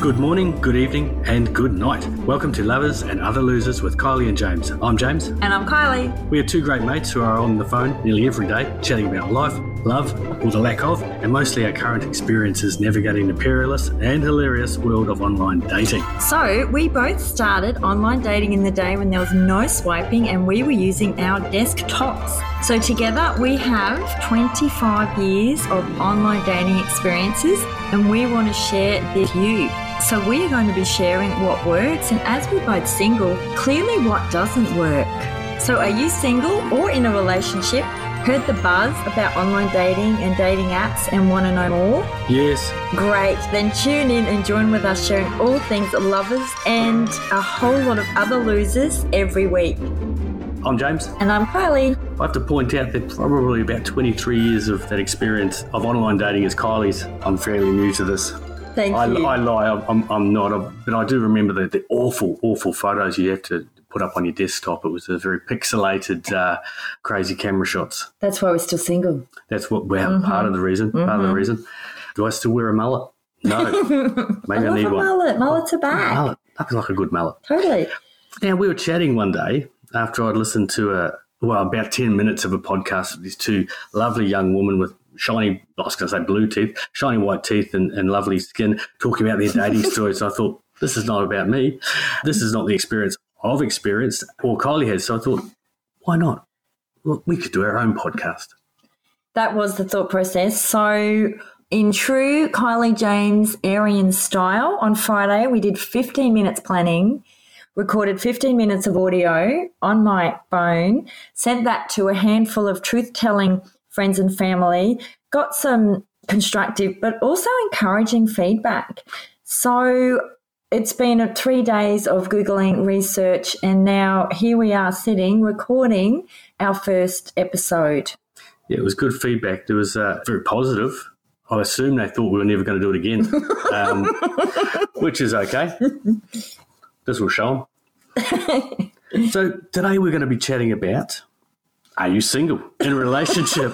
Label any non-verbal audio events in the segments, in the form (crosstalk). Good morning, good evening, and good night. Welcome to Lovers and Other Losers with Kylie and James. I'm James. And I'm Kylie. We are two great mates who are on the phone nearly every day, chatting about life, love, or the lack of, and mostly our current experiences navigating the perilous and hilarious world of online dating. So, we both started online dating in the day when there was no swiping and we were using our desktops. So, together we have 25 years of online dating experiences and we want to share this with you. So, we are going to be sharing what works and as we're both single, clearly what doesn't work. So, are you single or in a relationship? Heard the buzz about online dating and dating apps and want to know more? Yes, Great, then tune in and join with us sharing all things lovers and a whole lot of other losers every week. I'm James. And I'm Kylie. I have to point out that probably about 23 years of that experience of online dating is Kylie's. I'm fairly new to this. Thank I, you. I lie, I'm- I'm, I'm not, i but I do remember the, the awful, awful photos you have to put up on your desktop. It was a very pixelated, uh, crazy camera shots. That's why we're still single. That's what well, Mm-hmm. part of the reason. Part of the reason. Do I still wear a mullet? (laughs) No. Maybe I, Love need a one. mullet. Mullets are back. Mullet. That like a good mullet. Totally. Now, we were chatting one day after I'd listened to a, well, about 10 minutes of a podcast with these two lovely young women with shiny, I was going to say blue teeth, shiny white teeth and, and lovely skin talking about their dating stories. I thought, this is not about me. This is not the experience I've experienced or Kylie has. So I thought, why not? Look, we could do our own podcast. That was the thought process. So, in true Kylie James Aryan style, on Friday we did 15 minutes planning, recorded 15 minutes of audio on my phone, sent that to a handful of truth telling friends and family, got some constructive but also encouraging feedback. So, it's been a three days of Googling research, and now here we are sitting recording our first episode. Yeah, it was good feedback. It was uh, very positive. I assume they thought we were never going to do it again, um, which is okay. This will show them. so today we're going to be chatting about: Are you single in a relationship?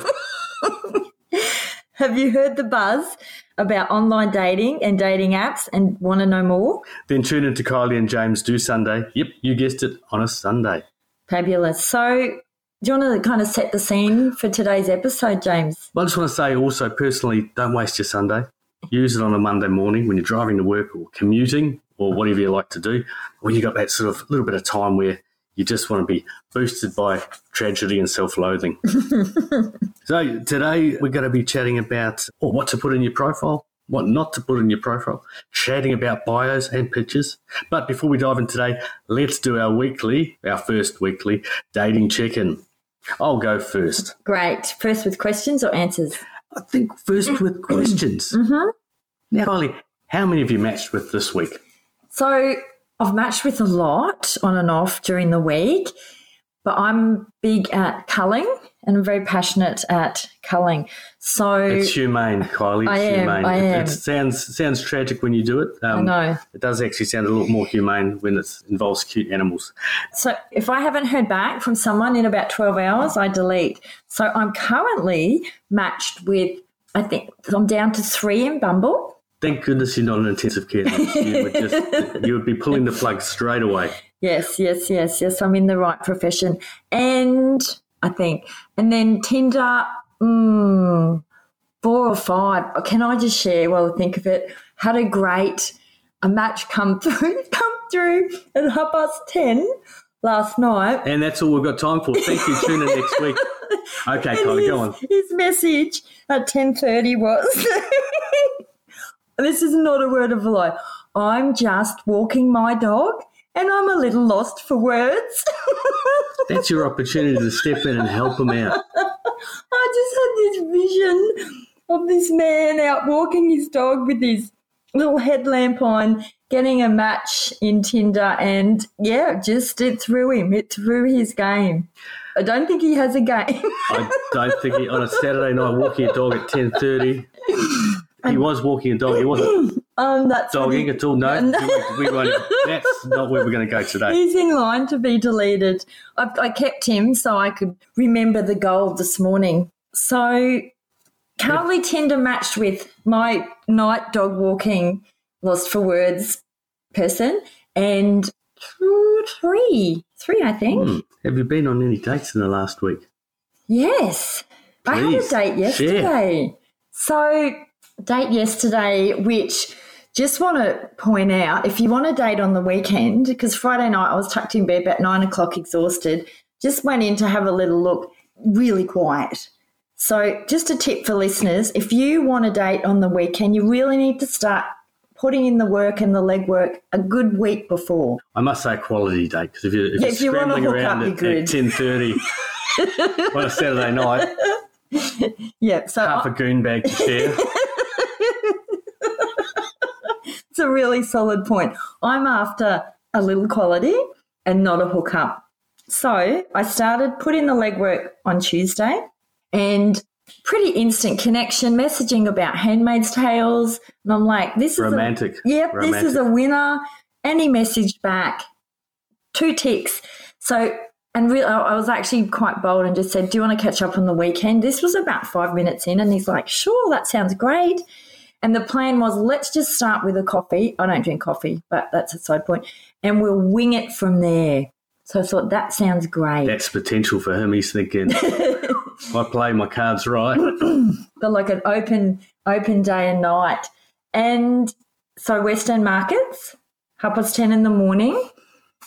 Have you heard the buzz about online dating and dating apps and want to know more? then tune into Kylie and James do Sunday. Yep, you guessed it, on a Sunday. Fabulous. So, do you want to kind of set the scene for today's episode, James? Well, I just want to say also personally, don't waste your Sunday. Use it on a Monday morning when you're driving to work or commuting or whatever you like to do. When you've got that sort of little bit of time where you just want to be boosted by tragedy and self loathing. so today we're going to be chatting about oh, what to put in your profile, what not to put in your profile, chatting about bios and pictures. But before we dive in today, let's do our weekly, our first weekly dating check in. I'll go first. Great. First with questions or answers? I think first (clears throat) with questions. Mhm. Now, Kylie, how many have you matched with this week? So, I've matched with a lot on and off during the week, but I'm big at culling and I'm very passionate at culling. So, It's humane, Kylie. It's I am, humane. I It- am. It sounds sounds tragic when you do it. Um, I know. It does actually sound a little more humane when it involves cute animals. So if I haven't heard back from someone in about 12 hours, I delete. So I'm currently matched with, I think I'm down to three in Bumble. Thank goodness you're not in intensive care. homes. you, would (laughs) just, you would be pulling the plug straight away. Yes, yes, yes, yes. I'm in the right profession. And I think, and then Tinder, mm, four or five. Can I just share while I think of it? Had a great a match come (laughs) through, come through at half past 10 last night. And that's all we've got time for. Thank you. Tune in next week. (laughs) Okay, Kylie, his, go on. his message at 10.30 was, (laughs) this is not a word of a lie, I'm just walking my dog and I'm a little lost for words. (laughs) That's your opportunity to step in and help them out. I just had this vision of this man out walking his dog with his little headlamp on, getting a match in Tinder, and yeah, just it threw him. It threw his game. I don't think he has a game. (laughs) I don't think he, on a Saturday night walking a dog at ten thirty. He was walking a dog. He (coughs) wasn't um, that's what he- dogging at all. No, No. We won't, that's not where we're going to go today. He's in line to be deleted. I, I kept him so I could remember the goal this morning. So, currently Tinder matched with my night dog walking lost for words person, and two, three, three, I think. Hmm. Have you been on any dates in the last week? Yes. I had a Please, date yesterday. So, date yesterday, which just want to point out if you want a date on the weekend, because Friday night I was tucked in bed about nine o'clock, exhausted, just went in to have a little look, really quiet. So, just a tip for listeners if you want a date on the weekend, you really need to start putting in the work and the legwork a good week before. I must say a quality date because if you're, if Yeah, you're if you wanna scrambling hook around up, at, you're at ten thirty on a Saturday night, Yep. So, half a goon bag to (laughs) share. It's a really solid point. I'm after a little quality and not a hookup. So I started putting the legwork on Tuesday and pretty instant connection messaging about Handmaid's Tales. And I'm like, this Romantic. is a, yep, this is Romantic. a winner. And he messaged back two ticks. So, and re- I I was actually quite bold and just said, Do you want to catch up on the weekend? This was about five minutes in. And he's like, Sure, that sounds great. And the plan was let's just start with a coffee. I don't drink coffee, but that's a side point. And we'll wing it from there. So I thought that sounds great. That's potential for him. He's (laughs) thinking, if I play my cards right, But like an open open day and night. And so Western Markets, half past ten in the morning,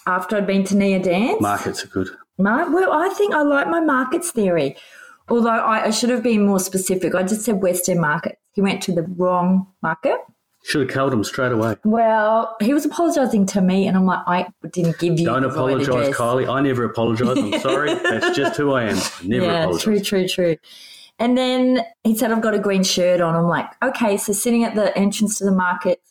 after I'd been to Nia Dance. markets are good. Mar- well, I think I like my markets theory. Although I, I should have been more specific. I just said Western Markets. He went to the wrong market. Should have culled him straight away. Well, he was apologising to me, and I'm like, I didn't give you. Don't the right apologise, address. Kylie. I never apologise. I'm (laughs) sorry. That's just who I am. I never Yeah, apologise. true, true, true. And then he said, I've got a green shirt on. I'm like, okay, so sitting at the entrance to the market,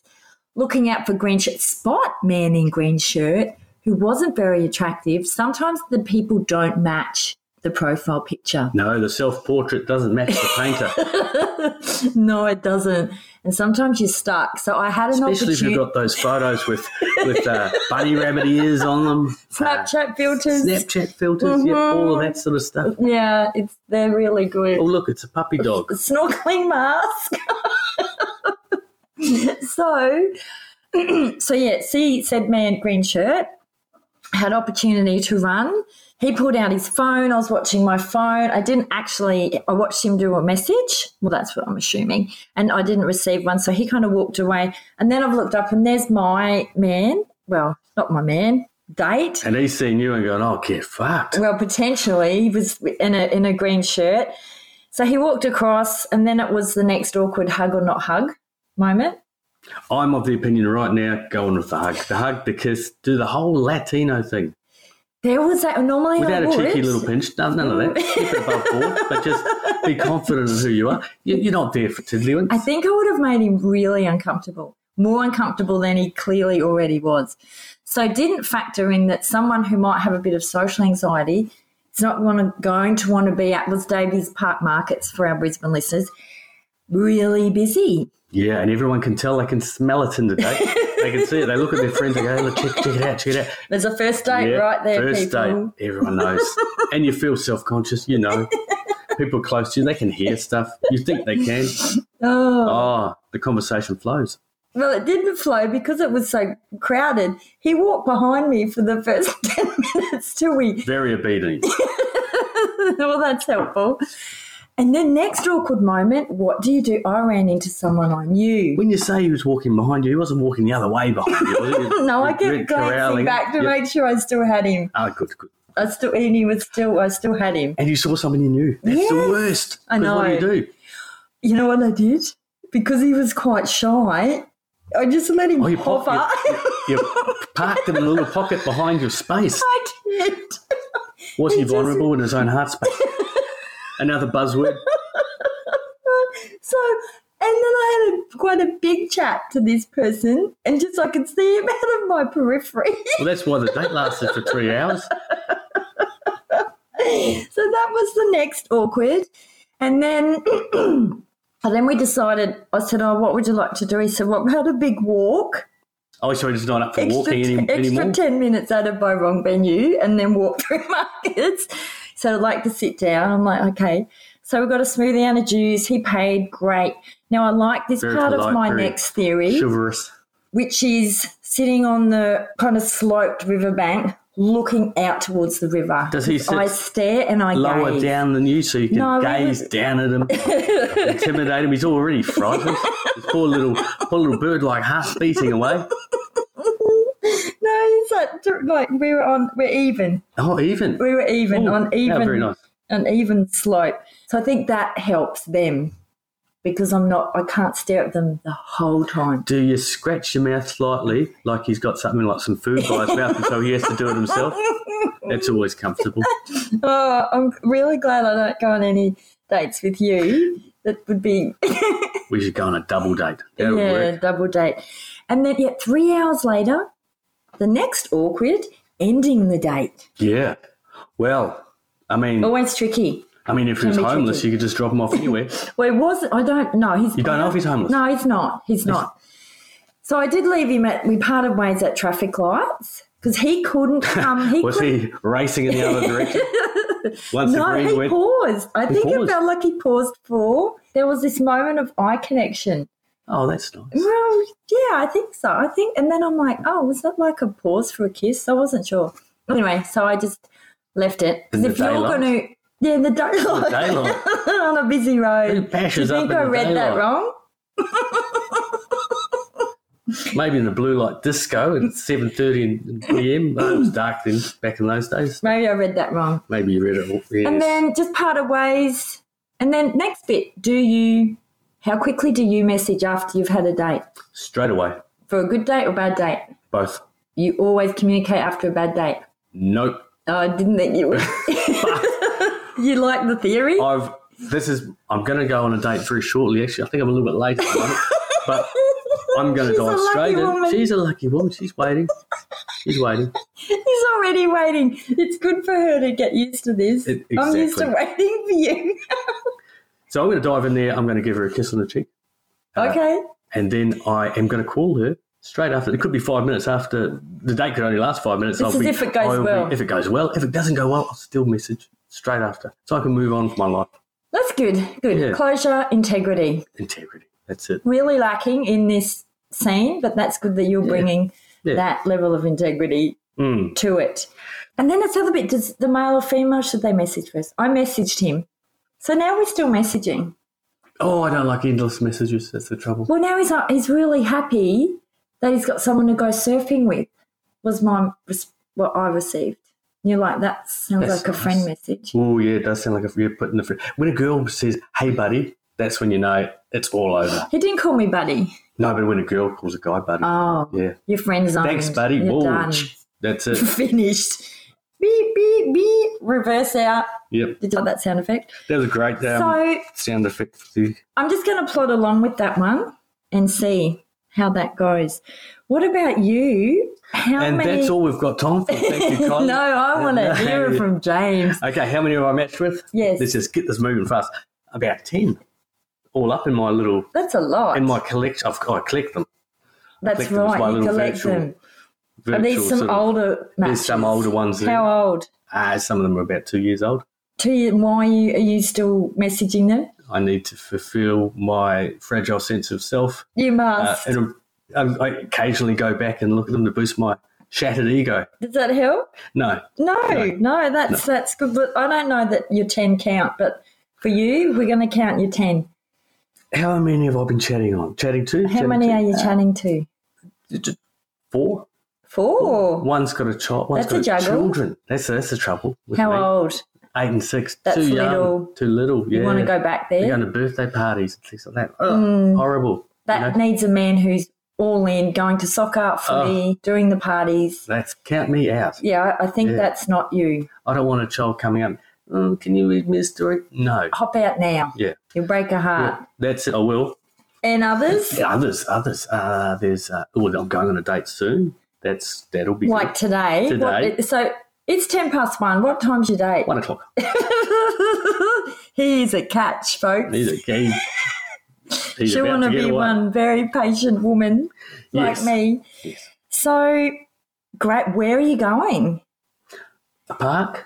looking out for green shirt, spot man in green shirt who wasn't very attractive. Sometimes the people don't match the profile picture. (laughs) No, the self portrait doesn't match the painter, no, it doesn't. And sometimes you're stuck. So I had an especially if opportunity. you've got those photos with with uh, bunny rabbit ears on them, uh, Snapchat filters. Snapchat filters, yep, all of that sort of stuff. yeah, it's they're really good. Oh, look, it's a puppy dog. snorkeling mask. (laughs) so, (clears throat) so yeah, see, said man, green shirt, had opportunity to run. He pulled out his phone. I was watching my phone. I didn't actually. I watched him do a message. Well, that's what I'm assuming. And I didn't receive one, so he kind of walked away. And then I've looked up, and there's my man. Well, not my man. Date. And he's seeing you and going, oh, get fucked. Well, potentially he was in a in a green shirt. So he walked across, and then it was the next awkward hug or not hug moment. I'm of the opinion right now, go on with the hug. The hug, the kiss, do the whole Latino thing. There was that. Normally, Without I a would. cheeky little pinch, no, none of that. Keep it above board, but just be confident in who you are. You- You're not there for tiddlywinks. I think I would have made him really uncomfortable, more uncomfortable than he clearly already was. So I didn't factor in that someone who might have a bit of social anxiety is not want to, going to want to be at was Davies Park Markets for our Brisbane listeners. Really busy. Yeah, and everyone can tell. They can smell it in the day. they can see it. They look at their friends and go, hey, look, check, check it out, check it out. There's a first date Yeah, right there, first people. date, everyone knows. (laughs) and you feel self-conscious, you know. People close to you, they can hear stuff. You think they can. Oh. Oh, the conversation flows. Well, it didn't flow because it was so crowded. He walked behind me for the first (laughs) 10 minutes till we, Very obedient. (laughs) well, that's helpful. And then, next awkward moment, what do you do? I ran into someone I knew. When you say he was walking behind you, he wasn't walking the other way behind you. Was he? (laughs) No, You I went kept glancing corralling. back Yeah. to make sure I still had him. Ah, good, good. I still, and he was still, I still had him. And you saw somebody new. That's the Yes, worst. I 'Cause What do know. you do? You know what I did? Because he was quite shy, I just let him Oh, you pop pop- up. You parked him in a little pocket behind your space. (laughs) I did. Was He he just- vulnerable in his (laughs) own heart space? Another buzzword. So, and then I had a, quite a big chat to this person, and just I could see him (laughs) out of my periphery. (laughs) Well, that's why the date lasted for three hours. so that was the next awkward. And then, (clears throat) and then we decided. I said, "Oh, what would you like to do?" He said, "What about a big walk? Oh, so he's not up for Extra, walking any, extra anymore. ten minutes out of my wrong venue, and then walk (laughs) through markets." So I'd like to sit down. I'm like, okay. So we got a smoothie and a juice. He paid great. Now I like this Very part of polite, my very next theory. Chivalrous. which is sitting on the kind of sloped riverbank, looking out towards the river. Does he His sit eyes stare and I Lower gaze. down than you, so you can No, we gaze would- down at him, intimidate him. He's already frightened. This poor little, poor little bird, like half beating away. (laughs) No, it's like, like we were on. We're even. Oh, even. We were even Oh, on even yeah, very nice. an even slope. So I think that helps them because I'm not. I can't stare at them the whole time. Do you scratch your mouth slightly, like he's got something like some food by his mouth, and so he has to do it himself? That's always comfortable. (laughs) Oh, I'm really glad I don't go on any dates with you. That would be We should go on a double date. That'll yeah, work. double date. And then yeah, three hours later, the next awkward ending the date. Yeah. Well, I mean, Always tricky. I mean, if he was be homeless, tricky. you could just drop him off anywhere. Well, it wasn't. I don't know. He's You don't know if he's homeless. No, he's not. He's not. So I did leave him at. We parted ways at traffic lights because (laughs) he couldn't come. (laughs) He Was couldn't. he racing in the other (laughs) direction? Once the no, green he went, paused. I think it paused. felt like he paused for. There was this moment of eye connection. oh, that's nice. Well, yeah, I think so. I think, and then I'm like, oh, was that like a pause for a kiss? I wasn't sure. Anyway, so I just left it. 'Cause In the if you're daylight? going to, yeah, in the daylight, (laughs) daylight. on a busy Who road. Do you bashes up think in I the read that daylight? wrong? Maybe in the blue light disco (laughs) at seven thirty in PM. Oh, it was dark then back in those days. Maybe I read that wrong. Maybe you read it all. Yes. And then just parted ways. And then next bit, do you? How quickly do you message after you've had a date Straight away. for a good date or bad date? Both. You always communicate after a bad date. Nope. Oh, I didn't (laughs) think you would. (laughs) you like the theory? I've this is I'm gonna go on a date very shortly, actually. I think I'm a little bit late at the (laughs) moment. But I'm gonna She's a dive lucky straight woman. in. (laughs) She's a lucky woman, she's waiting. She's waiting. He's already waiting. It's good for her to get used to this. It- I'm used to exactly. waiting for you. So I'm gonna dive in there, I'm gonna give her a kiss on the cheek. Uh, okay. and then I am going to call her straight after. It could be five minutes after the date could only last five minutes. This is be, if it goes I'll be- well. if it goes well, if it doesn't go well, I'll still message straight after, so I can move on with my life. That's good. Good. Yeah. Closure, integrity. Integrity. That's it. Really lacking in this scene, but that's good that you're bringing Yeah. that level of integrity Mm. to it. And then it's the other bit does the male or female, should they message first? I messaged him. So now we're still messaging. Oh, I don't like endless messages. That's the trouble. Well, now he's not, he's really happy that he's got someone to go surfing with. Was my res- what I received. And you're like that sounds That's like a friend nice. message. Oh yeah, it does sound like if you're putting the fr- when a girl says, "Hey, buddy," that's when you know it's all over. He didn't call me buddy. No, but when a girl calls a guy buddy, Oh, yeah, your friend's on. thanks, buddy. You're Whoa. done. (laughs) That's it. Finished. Beep beep beep. Reverse out. Yep, Did you like that sound effect? that was a great um, so sound effect. for you. I'm just going to plod along with that one and see how that goes. What about you? How And many? (laughs) that's all we've got time for. Thank you, Colin. no, I (laughs) want to hear it from James. Okay, how many have I matched with? Yes. Let's just get this moving fast. About 10. All up in my little, That's a lot. in my collection. I've, I collect them. That's collect them as my right. You little collect virtual- them. Are Virtual, these some sort of- older matches? There's some older ones. there. How old? Ah, some of them are about two years old. Two years, why are you, are you still messaging them? I need to fulfill my fragile sense of self. You Uh, must. and um, I, I occasionally go back and look at them to boost my shattered ego. Does that help? No, No, no, that's that's good. But I don't know that your ten count, but for you, we're going to count your ten. how many have I been chatting on? Chatting to? uh, How many are you chatting to? Four. Four. One's got a child. One's That's a got juggle. children. That's that's the trouble. with How me. old? Eight and six. That's too young. little. Too little. Yeah. You want to go back They're there? going to birthday parties and things like that. Ugh, Horrible. That you know? Oh. needs a man who's all in, going to soccer, footy, doing the parties. That's count me out. Yeah, I I think that's not you. I don't want a child coming up. "Mm, can you read me a story? No. Hop out now. Yeah. You'll break a heart. That's it. I will. And others? Yeah, others. Others. Uh, there's. Uh, oh, I'm going on a date soon. That's that'll be Like good. today. Today. What, so it's 10 past one. What time's your date? one o'clock. He's a catch, folks. He's a (laughs) he's, he's She'll about want to get be away. one very patient woman like Yes. me. Yes. So, great. Where are you going? A park.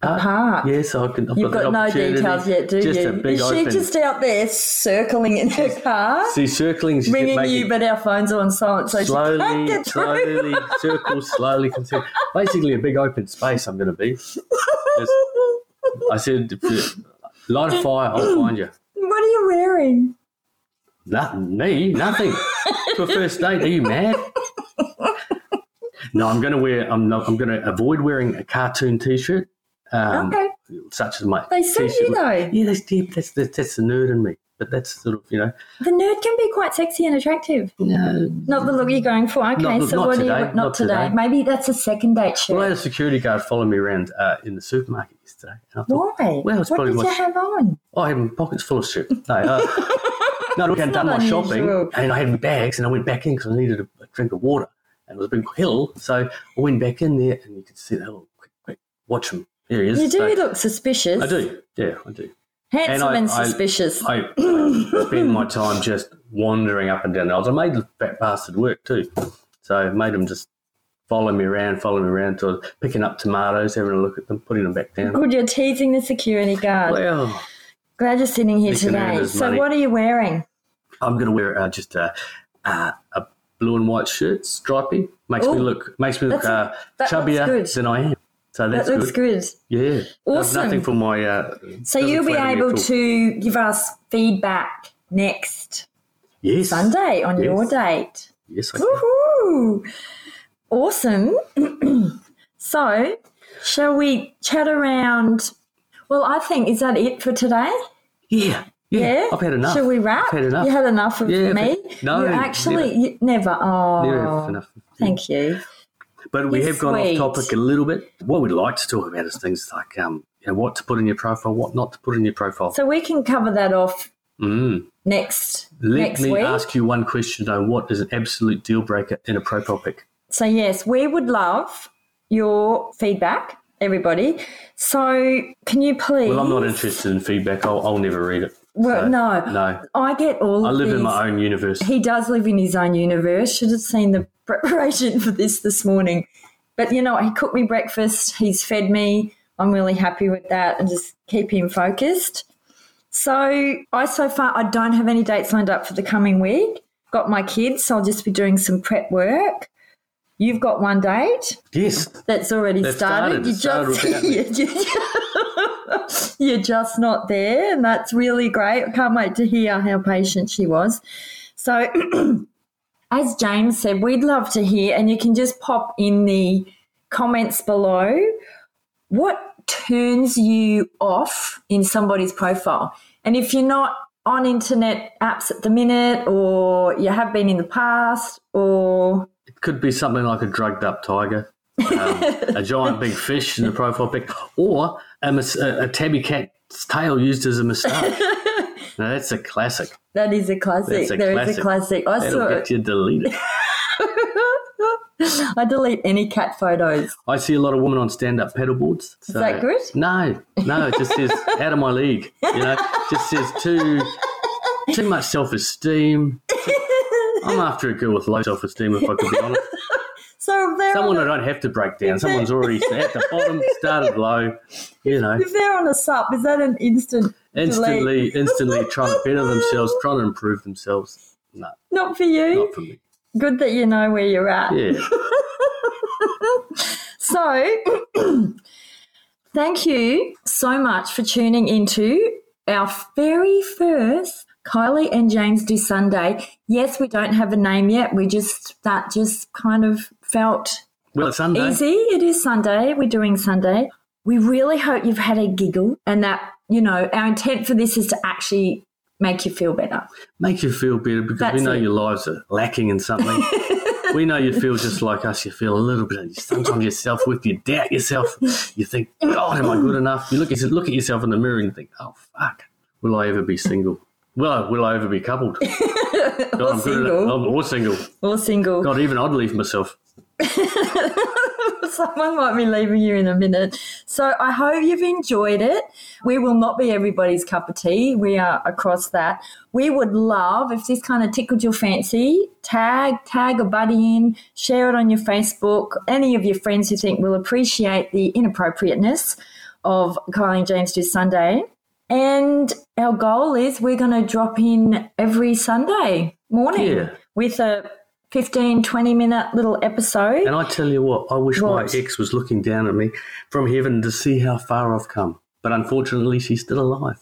apart. Yes, I can. I've Uh, You've the got no opportunity. details yet, do just you? A big Is she open. just out there circling in her car, See, circling's just ringing making- you, but our phone's are on silent, so she can't slowly, get through. slowly, circle, slowly, consider. Basically, a big open space. I'm going to be. I said, light a fire. I'll find you. (laughs) what are you wearing? Nothing, me, nothing. to a first date, are you mad? No, I'm going to wear. I'm not. I'm going to avoid wearing a cartoon T-shirt, um, okay, such as my. Oh, they suit t-shirt. you though. Yeah, that's deep. That's the, that's the nerd in me. But that's sort of you know. The nerd can be quite sexy and attractive. No, Not the look you're going for. Okay, Not- so not what do today, you? Not, not today. today. Maybe that's a second date Well, I had shirt. a security guard follow me around uh, in the supermarket yesterday. And I thought, Why? Well, it's what probably did you what's- have on? oh, I had my pockets full of shit. No, uh, no, I had done my not unusual. shopping and I had my bags and I went back in because I needed a, a drink of water. And it was a big hill. So I went back in there and you could see that. Oh, quick, quick, watch him. There he is. You do So- look suspicious. I do. Yeah, I do. Handsome and, And I- I- suspicious. I, I spend my time just wandering up and down the aisles. I made the fat bastard work too. So I made him just follow me around, follow me around, till picking up tomatoes, having a look at them, putting them back down. Good, you're teasing the security guard. Well, Glad you're sitting here He can earn today. his So, money. what are you wearing? I'm going to wear uh, just a, uh, a blue and white shirt, stripy. Makes me Ooh, look makes me look uh, that's- that looks good. chubbier than I am. So that's that looks good. good. Yeah, Does Awesome. nothing for my. Uh, So, doesn't you'll be flatter me at able all. to give us feedback next yes, Sunday on your Yes. date. Yes, I can. Woohoo! Awesome. (clears throat) so, shall we chat around? Well, I think, is that it for today? yeah, yeah, Yeah? I've had enough. Shall we wrap? I've had enough. You had enough of Yeah, I've me? had- no, You never. actually, you- never. Oh, Yeah, enough. thank you. But we You're have gone sweet. off topic a little bit. What we'd like to talk about is things like um, you know, what to put in your profile, what not to put in your profile. So, we can cover that off mm. next Let next me week. ask you one question though. What is an absolute deal breaker in a profile pic? So, yes, we would love your feedback, everybody. So, can you please? Well, I'm not interested in feedback. I'll, I'll never read it. Well, So, no. No. I get all I of live in these. my own universe. He does live in his own universe. Should have seen the preparation for this this morning. But you know, what? he cooked me breakfast. He's fed me. I'm really happy with that and just keep him focused. So I so far I don't have any dates lined up for the coming week. Got my kids, so I'll just be doing some prep work. You've got one date Yes. that's already That's started. started. It started You just (laughs) you, are just not there, and that's really great. I can't wait to hear how patient she was. So, (clears throat) as James said, we'd love to hear, and you can just pop in the comments below what turns you off in somebody's profile, and if you're not on internet apps at the minute, or you have been in the past, or It could be something like a drugged up tiger, (laughs) um, a giant big fish in the profile pic, or a, mas- a, a tabby cat's tail used as a (laughs) moustache. now, that's a classic. That is a classic. That's a There is a classic. classic. I That'll saw get you deleted. it. I delete any cat photos. I see a lot of women on stand-up paddleboards. So. that good? No, no. It just (laughs) says out of my league. You know, just says too too much self-esteem. I'm after a girl with low self-esteem, if I could be honest. So if they're, Someone on I don't have to break down. Someone's already at the bottom, started low. You know, a, if they're on a sup, is that an instant? instantly, instantly trying to better themselves, trying to improve themselves. No, Not for you. not for me. Good that you know where you're at. Yeah. So (clears throat) thank you so much for tuning into our very first Kylie and James do Sunday. Yes, we don't have a name yet. We just that just kind of felt Well, it's Sunday. Easy. It is Sunday. We're doing Sunday. We really hope you've had a giggle and that, you know, our intent for this is to actually make you feel better. make you feel better because That's we know it. your lives are lacking in (laughs) something. we know you feel just like us. You feel a little bit. Sometimes yourself with you doubt yourself. You think, God, am I good enough? You look, you look at yourself in the mirror and think, Oh fuck, will I ever be single? Well, will I ever be (laughs) coupled? God, Or I'm good enough. single. I'm all single. Or single. God, even I'd leave myself. (laughs) Someone might be leaving you in a minute. So I hope you've enjoyed it. We will not be everybody's cup of tea. We are across that. We would love if this kind of tickled your fancy, tag, tag a buddy in, share it on your Facebook, any of your friends who think will appreciate the inappropriateness of Kylie and James Do Sunday. And our goal is we're going to drop in every Sunday morning Yeah. with a 15, 20 minute little episode. And I tell you what, I wish What? my ex was looking down at me from heaven to see how far I've come. But unfortunately, she's still alive.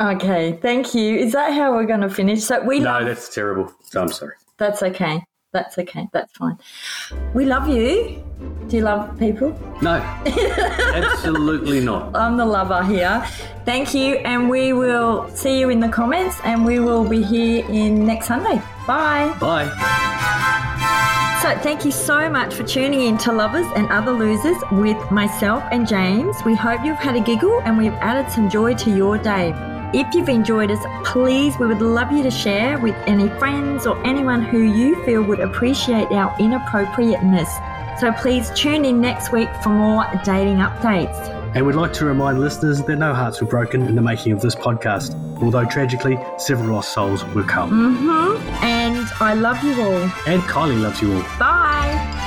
Okay, thank you. Is that how we're going to finish? So we No, love- that's terrible. I'm sorry. that's okay. That's okay. That's fine. We love you. Do you love people? No, absolutely not. I'm the lover here. Thank you, and we will see you in the comments, and we will be here in next Sunday. Bye. Bye. So, thank you so much for tuning in to Lovers and Other Losers with myself and James. We hope you've had a giggle and we've added some joy to your day. If you've enjoyed us, please, we would love you to share with any friends or anyone who you feel would appreciate our inappropriateness. So, please tune in next week for more dating updates. And we'd like to remind listeners that no hearts were broken in the making of this podcast, although tragically, several lost souls were culled. Mm-hmm. And I love you all. And Kylie loves you all. Bye.